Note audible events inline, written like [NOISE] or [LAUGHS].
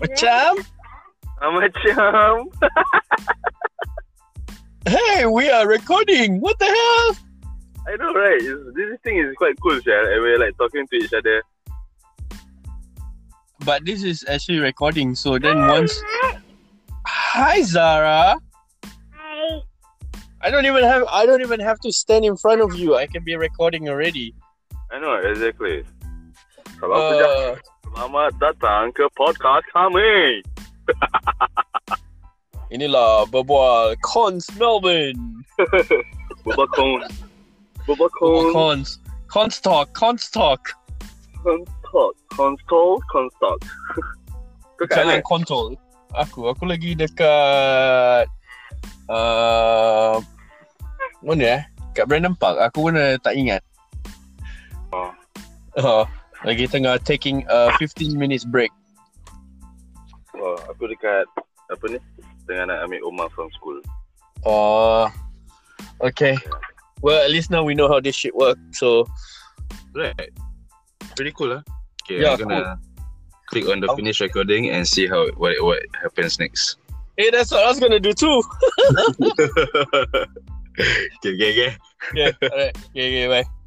Macam Ah, macam Hey we are recording What the hell [LAUGHS] I know right It's- This thing is quite cool Syah And we're like talking to each other But this is actually recording So then once Hi Zara Hi. I don't even have I don't even have to stand in front of you I can be recording already I know exactly Salam sejahtera uh, Selamat datang ke podcast kami Inilah berbual Cons Melbourne Boba Kong Boba Berbual Kong Cons Cons Talk Cons Talk Constalk Constalk Constalk [LAUGHS] Kau kat Jalan mana? kontol. Aku aku lagi dekat uh, mana eh? Kat Brandon Park. Aku pun uh, tak ingat. Oh. Uh, lagi tengah taking a 15 minutes break. Oh, aku dekat Apa ni? Tengah nak ambil Omar from school Oh. Okay. Well, at least now we know how this shit work. So, Right. Pretty cool, eh? huh? Okay, Yeah, I'm gonna click on the How- finish recording and see how what what happens next. hey, that's what I was gonna do too. okay, okay, okay. Yeah. [LAUGHS] Alright. Okay, okay, bye.